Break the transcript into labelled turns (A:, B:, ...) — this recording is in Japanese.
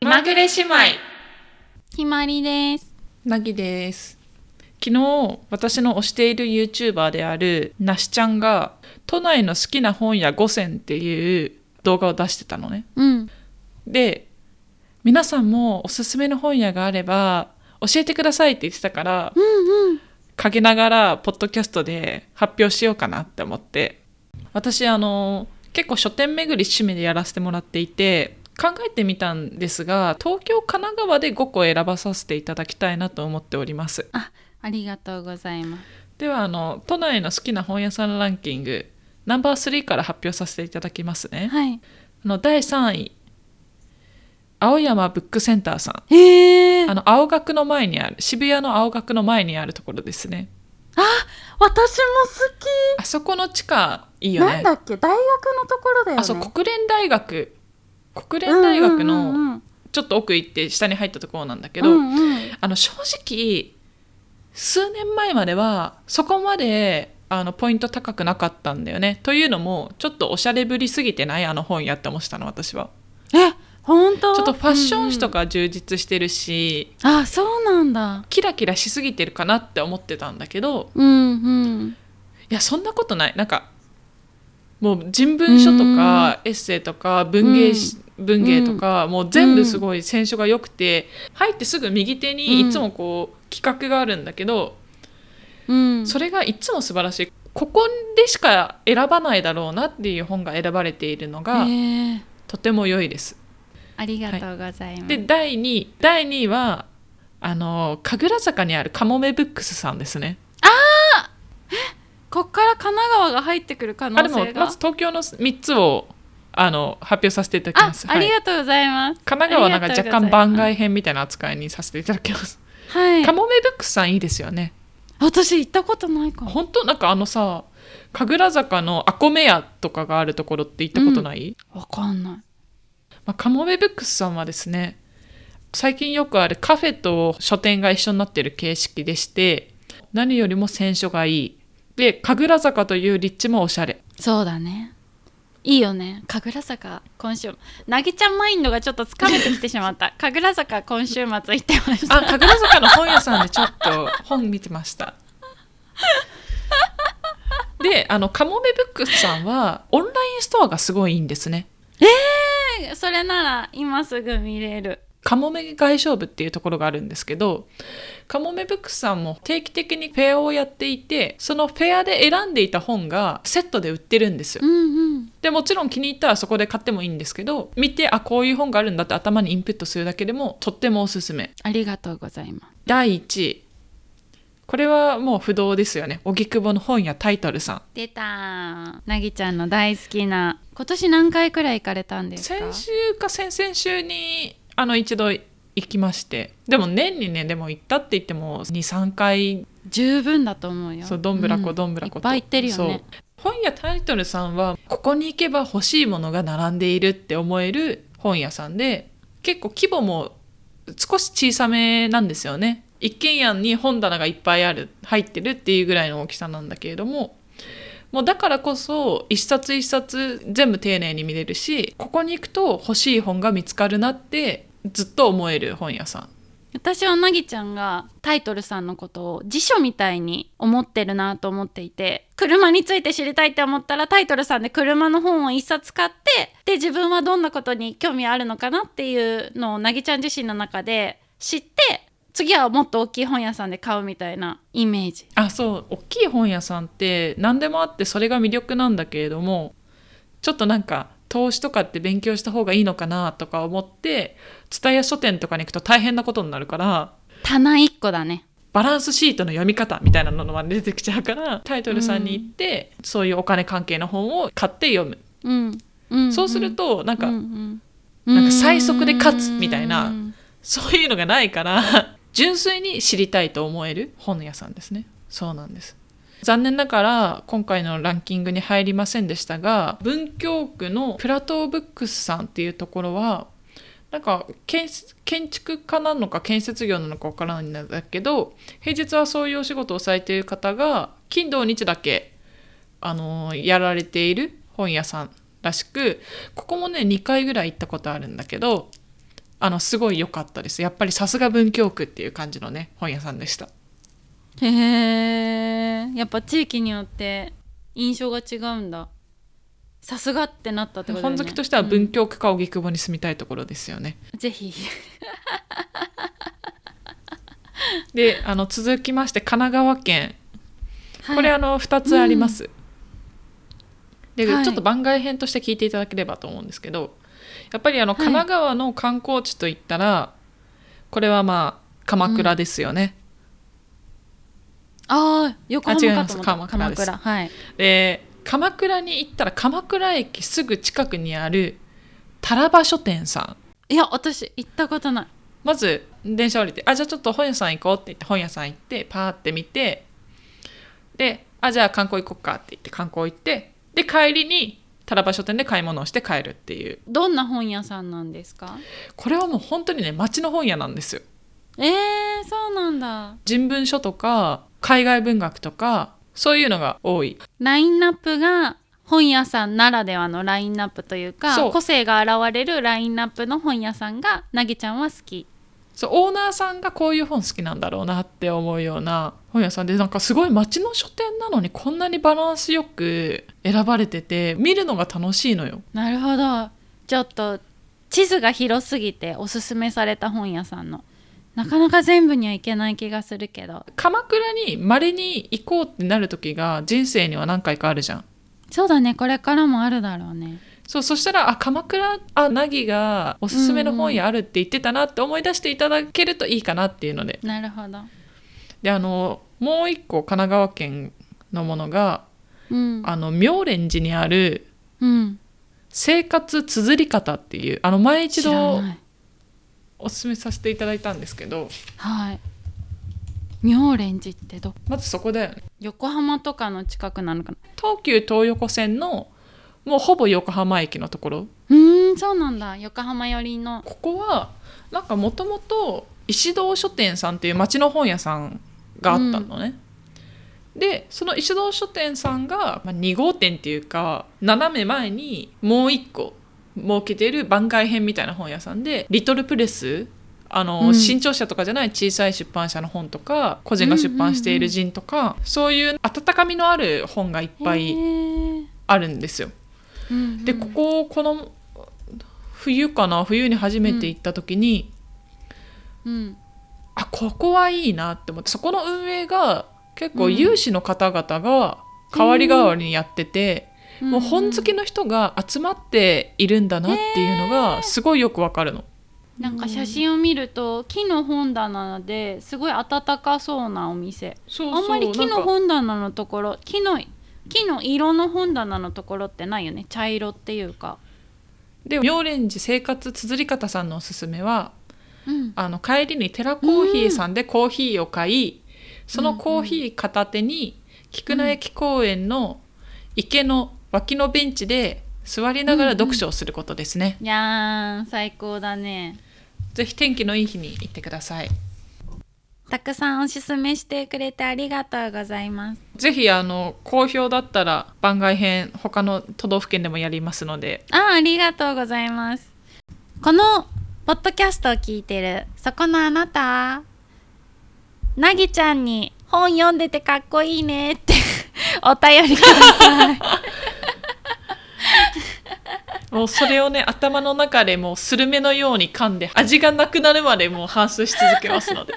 A: まぐれ姉妹
B: ひまりです。
C: なぎです昨日私の推している YouTuber であるなしちゃんが都内の好きな本屋5選っていう動画を出してたのね
B: うん。
C: で皆さんもおすすめの本屋があれば教えてくださいって言ってたから、かけながらポッドキャストで発表しようかなって思って私あの結構書店巡り趣味でやらせてもらっていて考えてみたんですが東京神奈川で5個選ばさせていただきたいなと思っております
B: あ、ありがとうございます。
C: ではあの都内の好きな本屋さんランキングナンバー3から発表させていただきますね、
B: はい。
C: あの第3位青山ブックセンターさん
B: へえ。
C: あ
B: あ、
C: の青学の前にある渋谷の青学の前にあるところですね
B: 私も
C: あそこの地下いい
B: 好き。
C: よ
B: なん
C: ね
B: だっけ、大学のところだよね。
C: あそう国連大学国連大学
B: うんうんう
C: の
B: んうん
C: ちょっと奥行って下に入ったところなんだけど、
B: うんうん
C: あの正直数年前まではそこまであのポイント高くなかったんだよねというのもちょっとおしゃれぶりすぎてないあの本やって思ってたの私は
B: え、本当。
C: ちょっとファッション誌と
B: か。
C: か充実してるし、
B: あ、そうなんだ。
C: キラキラしすぎてるかなって思ってたんだけど
B: うんうん。
C: いやそんなことないなんかもう人文書とかエッセイとか文芸し、文芸とか、もう全部すごい選書が良くて入ってすぐ右手に
B: うん
C: いつもこう企画があるんだけど、
B: うん。
C: それがいつも素晴らしいここでしか選ばないだろうなっていう本が選ばれているのが
B: へえ。
C: とても良いです。
B: ありがとうございます。
C: で第2位第2位はあの神楽坂にあるカモメブックスさんですね。
B: こっから神奈川が入ってくる可能
C: あでも
B: 性が。
C: まず東京の3つをあの発表させていただき
B: あ
C: ます。
B: あ
C: は
B: り
C: い
B: がとうございます。
C: 神奈川はなんか
B: ありが
C: 若
B: とうございま
C: 干
B: す
C: 番外編みたいな扱いにさせていただきます。
B: はい
C: カ。モメブックスさんいいですよね。
B: 私行ったことないかも。
C: 本当なんかあのさ神楽坂のアコメ屋とかがあるところって行ったことない、
B: わかんない。
C: まあ、カモメブックスさんはですね最近よくあるカフェと書店が一緒になってる形式でして何よりも選書がいいで神楽坂という立地もおしゃれ
B: そうだねいいよね神楽坂今週なぎちゃんマインドがちょっと疲れてきてしまった 神楽坂今週末行ってました
C: あ神楽坂の本屋さんでちょっと本見てましたであのカモメブックスさんはオンラインストアがすごいいいんですね
B: えそれなら今すぐ見れる
C: カモメ外商部っていうところがあるんですけどカモメブックスさんも定期的にフェアをやっていてそのフェアで選んでいた本がセットで売ってるんですよ
B: うんうん
C: でもちろん気に入ったらそこで買ってもいいんですけど見てあこういう本があるんだって頭にインプットするだけでもとってもおすすめ
B: ありがとうございます
C: 第1位これはもう不動ですよね荻窪の本屋タイトルさん
B: 出たーなぎちゃんの大好きな今年何回くらい行かれたんですか
C: 先週か先々週にあの一度行きましてでも年にねでも行ったって言っても23回
B: 十分だと思うよ
C: そうどんぶらこ
B: う
C: どんぶらこと、
B: いっぱい行ってるよね
C: そう本屋タイトルさんはここに行けば欲しいものが並んでいるって思える本屋さんで結構規模も少し小さめなんですよね一軒家に本棚がいっぱいある入ってるっていうぐらいの大きさなんだけれどももうだからこそ一冊一冊全部丁寧に見れるしここに行くと欲しい本が見つかるなってずっと思える本屋さん
B: 私はなぎちゃんがタイトルさんのことを辞書みたいに思ってるなと思っていて車について知りたいって思ったらタイトルさんで車の本を一冊買ってで自分はどんなことに興味あるのかなっていうのをなぎちゃん自身の中で知って次はもっと大きい本屋さんで買うみたいなイメージ
C: あそう大きい本屋さんって何でもあってそれが魅力なんだけれどもちょっとなんか投資とかって勉強した方がいいのかなとか思って蔦屋書店とかに行くと大変なことになるから
B: 棚1個だね
C: バランスシートの読み方みたいなのまで出てきちゃうからタイトルさんに行って、そういうお金関係の本を買って読む、
B: うん、うん、
C: そうするとなんか、
B: うんうん
C: なんか最速で勝つみたいな
B: うん
C: そういうのがないから 純粋に知りたいと思える本屋さんですねそうなんです残念ながら今回のランキングに入りませんでしたが文京区のプラトーブックスさんっていうところはなんか建設建築家なのか建設業なのかわからないんだけど平日はそういうお仕事をされている方が金土日だけ、あのーやられている本屋さんらしくここもね2回ぐらい行ったことあるんだけどあのすごい良かったですやっぱりさすが文京区っていう感じのね本屋さんでした
B: へえやっぱ地域によって印象が違うんださすがってなったってことだよ
C: 本
B: ね
C: 好きとしては文京区か荻窪に住みたいところですよね、
B: うんぜひ
C: であの続きまして神奈川県
B: は い
C: これあの2つあります、で、
B: はい
C: ちょっと番外編として聞いていただければと思うんですけどやっぱりあの
B: はい
C: 神奈川の観光地といったら、これはまあ鎌倉ですよね、
B: ああ横浜かと思った
C: あ違います鎌倉です
B: はい
C: で鎌倉に行ったら鎌倉駅すぐ近くにあるタラバ書店さん
B: いや私行ったことない
C: まず電車降りて「あじゃあちょっと本屋さん行こう」って言って本屋さん行ってパーって見てで「あじゃあ観光行こっか」って言って観光行ってで帰りにタラバ書店で買い物をして帰るっていう
B: どんな本屋さんなんですか
C: これはもう本当にね町の本屋なんですよ
B: えー、そうなんだ
C: 人文書とか海外文学とかそういうのが多い
B: ラインナップが本屋さんならではのラインナップというか
C: そう
B: 個性が現れるラインナップの本屋さんがなぎちゃんは好き
C: そうオーナーさんがこういう本好きなんだろうなって思うような本屋さんでなんかすごい町の書店なのにこんなにバランスよく選ばれてて見るのが楽しいのよ
B: なるほどちょっと地図が広すぎておすすめされた本屋さんのなかなか全部にはいけない気がするけど
C: 鎌倉にまれに行こうってなる時が人生には何回かあるじゃん
B: そうだねこれからもあるだろうね
C: そうそしたらあ鎌倉あ凪がおすすめの本屋あるって言ってたなって思い出していただけるといいかなっていうので
B: なるほど
C: であのもう一個神奈川県のものが
B: うん
C: あの妙蓮寺にある
B: うん
C: 生活綴り方っていうあの前一
B: 知ら
C: 度
B: ない
C: おすすめさせていただいたんですけど
B: はい妙蓮寺ってど
C: まずそこだよね
B: 横浜とかの近くなのかな
C: 東急東横線のもうほぼ横浜駅のところ
B: うーんそうなんだ横浜寄りの
C: ここはなんかもともと石堂書店さんっていう町の本屋さんがあったのね、でその石堂書店さんが、まあ、2号店っていうか斜め前にもう1個設けてる番外編みたいな本屋さんでリトルプレスあの、
B: うん
C: 新潮社とかじゃない小さい出版社の本とか個人が出版している人とか、そういう温かみのある本がいっぱ
B: へ
C: い
B: ー
C: あるんですよ。
B: うんうん
C: でここをこの冬かな冬に初めて行った時に、
B: うん
C: あここはいいなって思ってそこの運営が結構有志の方々が代わり代わりにやってて、もう本好きの人が集まっているんだなっていうのがすごいよくわかるの。
B: なんか写真を見ると木の本棚ですごい暖かそうなお店
C: そう
B: あんまり木
C: なん
B: の
C: か
B: 本棚のところ木の木の色の本棚のところってないよね茶色っていうか、
C: で妙蓮寺生活綴り方さんのおすすめは
B: うん、
C: あの帰りに寺コーヒーさんでコーヒーを買い、そのコーヒー片手に菊名駅公園の池の脇のベンチで座りながら読書をすることですね。
B: いやー最高だね
C: ぜひ天気のいい日に行ってください。
B: たくさんおすすめしてくれてありがとうございます
C: ぜひあの好評だったら番外編他の都道府県でもやりますので
B: あーありがとうございますこのポッドキャストを聞いてるそこのあなたなぎちゃんに本読んでてかっこいいねってお便りくだ さい
C: もうそれをね頭の中でもうスルメのように噛んで味がなくなるまでもう反芻し続けますので